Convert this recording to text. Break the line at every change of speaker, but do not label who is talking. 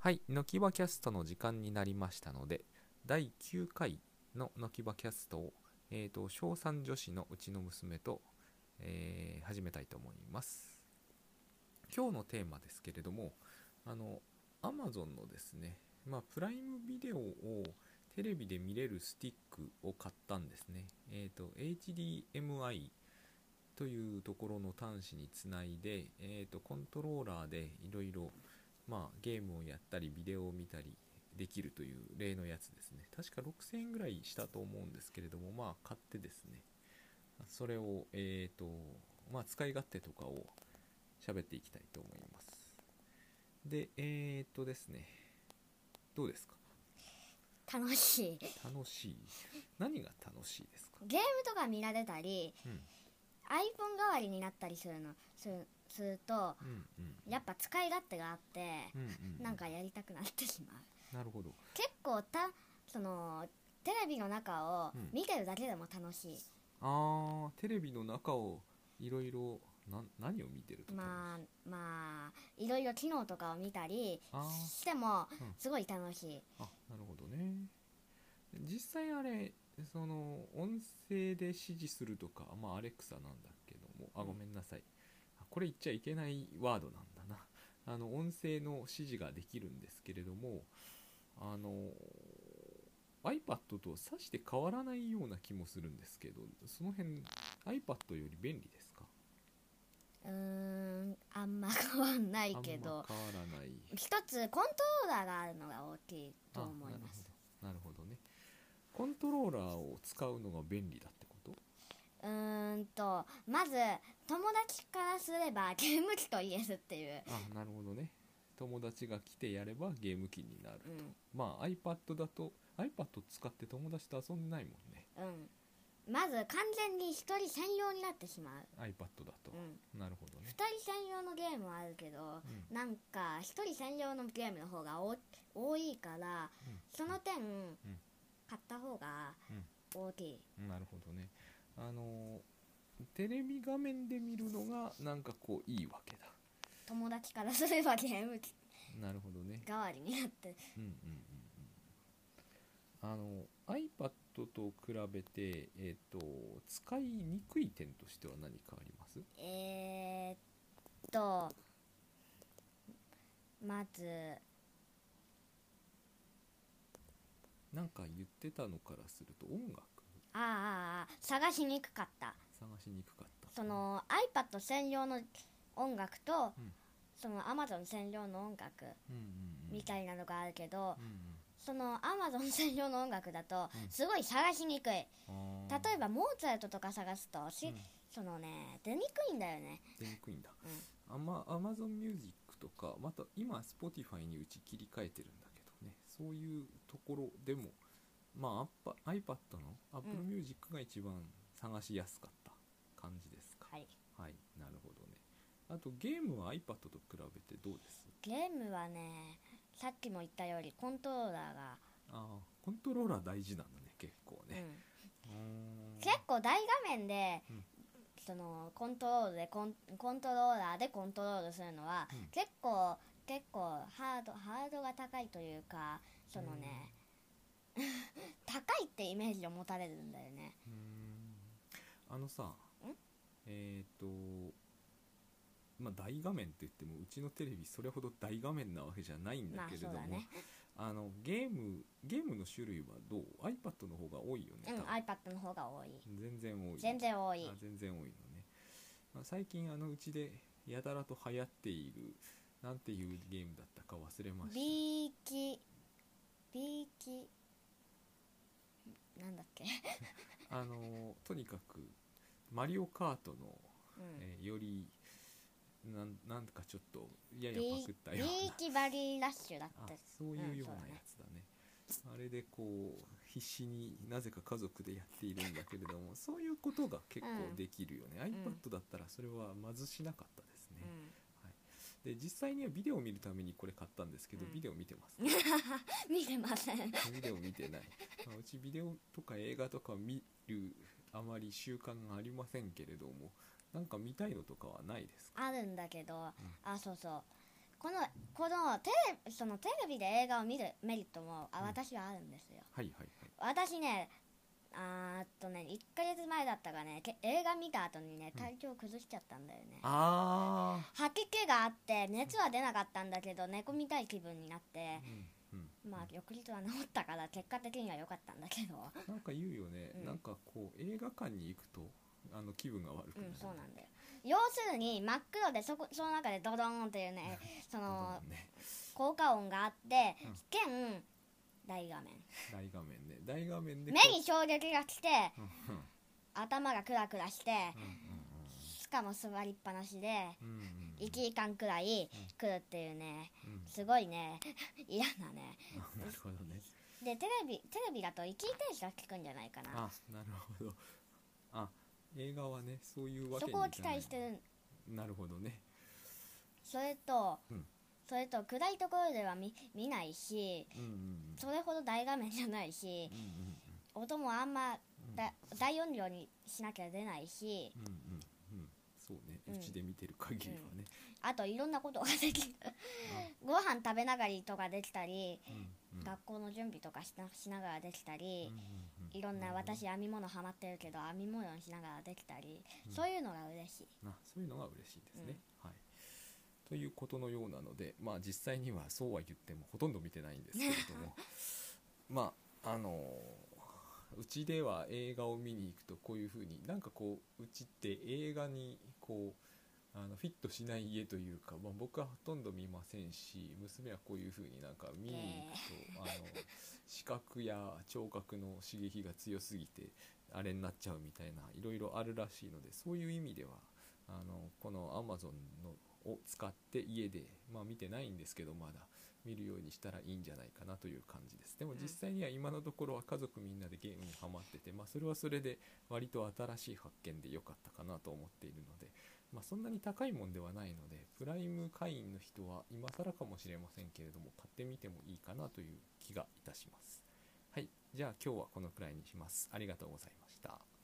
はい、軒場キャストの時間になりましたので、第9回の軒場キャストを、えー、と小3女子のうちの娘と、えー始めたいと思います。今日のテーマですけれども、あの、Amazon のですね、まあ、プライムビデオをテレビで見れるスティックを買ったんですね。えっ、と、HDMI というところの端子につないで、えー、とコントローラーでいろいろまあ、ゲームをやったりビデオを見たりできるという例のやつですね確か6000円ぐらいしたと思うんですけれどもまあ買ってですねそれをえっ、とまあ使い勝手とかを喋っていきたいと思いますでえっ、とですねどうですか
楽しい
楽しい何が楽しいですか
ゲームとか見られたり
うん
アイコン代わりになったりするのするすると
うんうん
やっぱ使い勝手があって
うんうんうん
なんかやりたくなってしまう
なるほど
結構たそのテレビの中を
うん
見てるだけでも楽しい、
あーテレビの中をいろいろ何を見てるとか
まあまあいろいろ機能とかを見たり
あー
しても
うん
すごい楽しい、
あなるほどね実際あれその音声で指示するとかまあアレクサなんだけどもあ
うん
ごめんなさいあこれ言っちゃいけないワードなんだな あの音声の指示ができるんですけれどもあの iPad とさして変わらないような気もするんですけどその辺 iPad より便利ですか
うーんあんま変わんないけ
あんま
ど
変わらない
一つコントローラーがあるのが大きいと思います
あなるほどなるほどねコントローラーを使うのが便利だってこと
うーんとまず友達からすれば ゲーム機とイエスっていう、
あなるほどね友達が来てやればゲーム機になる
う
まあ iPad だと iPad 使って友達と遊んでないもんね
んうん、まず完全に一人専用になってしま
iPad だと
う、う、ん、
なるほど
二
ね、
人専用のゲームはあるけど
うん
なんか一人専用のゲームの方がお多いから
うん
その点、買った方が大きい、
なるほどねあのーテレビ画面で見るのがなんかこういいわけだ
友達からすればゲーム機
なるほどね
代わりになって
うんうんうんうんあの iPad と比べて、えっと使いにくい点としては何かあります
えー、っとまず
なんか言ってたのからすると音楽
ああああ探しにくかった
探しにくかった
その iPad 専用の音楽と、
うん
その Amazon 専用の音楽
うんうんうん
みたいなのがあるけど、
うん
その Amazon 専用の音楽だと
うん
すごい探しにくい、
うんあー
例えばモーツァルトとか探すとし、
うん
そのね出にくいんだよね
出にくいんだ、アマアマゾンミュージックとかまた今 Spotify にうち切り替えてるんだけどねそういうところでもまあアッパ iPad の Apple
うん
Music が一番探しやすかった感じですか、
はい
はい、なるほどね。あとゲームは iPad と比べてどうです
ゲームはねさっきも言ったようにコントローラーが、
ああ、コントローラー大事なんだね、結構
う
ね。
ん
うーん
結構大画面で、
うん
そのコントロールでコンコントローラーでコントロールするのは、
うん
結構結構ハードハードが高いというかそのね、高いってイメージを持たれるんだよね
うーんあのさ、えっ、と、まあ大画面って言ってもうちのテレビそれほど大画面なわけじゃないんだ
まあ
けれ
そ
ど
う
も、
だね
あのゲームゲームの種類はどう ?iPad の方が多いよね。
うん
多分
iPad の方が多い
全然多い。
全然多い
あ全然多いのね、まあ、最近あのうちでやたらと流行っているなんていうゲームだったか忘れました
B キ B キなんだっけ、
あのとにかくマリオカートの、
うん
えーよりなんなんかちょっとやや
B
パクったよ
B
うな
キバリーラッシュだっ
あ
た
そういうよう
うんそうだ
な
ね
やつだね、あれでこう必死になぜか家族でやっているんだけれどもそういうことが結構できるよね、iPad だったらそれはまずしなかったですね、
うん
で実際にはビデオを見るためにこれ買ったんですけど、
うん
ビデオ見てます、
見てません
ビデオ見てない、まあうちビデオとか映画とか見るあまり習慣がありませんけれどもなんか見たいのとかはないですか
あるんだけど、
ん
あそうそうこのこのテレそのテレビで映画を見るメリットもあ
うん
私はあるんですよ、
はいはい
私ねあーっとね1ヶ月前だったかねけ映画見た後にね
うん
体調崩しちゃったんだよね、
あ
吐き気があって熱は出なかったんだけど寝込みたい気分になって
あ、うんうん、
まあ翌日は治ったから結果的には良かったんだけど
なんか言うよね、
うん
なんかこう映画館に行くとあの気分が悪く
う
なる、
んそうなんだよ要するに真っ黒でそこその中でドドーンっていうねそ
だ
の
ね
効果音があって
うん
危険大画面
大画面ね大画面で
目
こう
に衝撃が来て
うんうん
頭がクラクラして
う
しかも座りっぱなし
んうん
で
うんうんうん
1時間くらい来るっていうね
うん
すごいね 嫌なね
あなるほどね
でテレビテレビだと一時停止が効くんじゃないかな
あなるほどあ映画はねそういうわけ
そ
にいか
こ
な
を
い
期待してる
なるほどね
それと、
うん
それと暗いところでは見見ないし
うんうんうん
それほど大画面じゃないし
うんうん
音もあんま
うん
だ大音量にしなきゃ出ないし
うんうんうんうんそうね
うん
うちで見てる限りはね
あといろんなことができる ご飯食べながらとかできたり、
あうんうん
学校の準備とかしなしながらできたり
うん、うんうん
いろんな
るほど
私編み物ハマってるけど編み物にしながらできたり、
うん
そういうのが嬉しい
なそういうのが嬉しいですね、はいということのようなのでまあ実際にはそうは言ってもほとんど見てないんですけれどもまああのうちでは映画を見に行くとこういうふうになんかこううちって映画にこうあのフィットしない家というか、まあ、僕はほとんど見ませんし娘はこういうふうになんか見に行くと、あの視覚や聴覚の刺激が強すぎてあれになっちゃうみたいないろいろあるらしいのでそういう意味ではあのこの Amazon のを使って家で、まあ、見てないんですけどまだ見るようにしたらいいんじゃないかなという感じですでも
うん
実際には今のところは家族みんなでゲームにハマってて、まあ、それはそれで割と新しい発見で良かったかなと思っているので、まあ、そんなに高いもんではないのでプライム会員の人は今更かもしれませんけれども買ってみてもいいかなという気がいたしますはいじゃあ今日はこのくらいにしますありがとうございました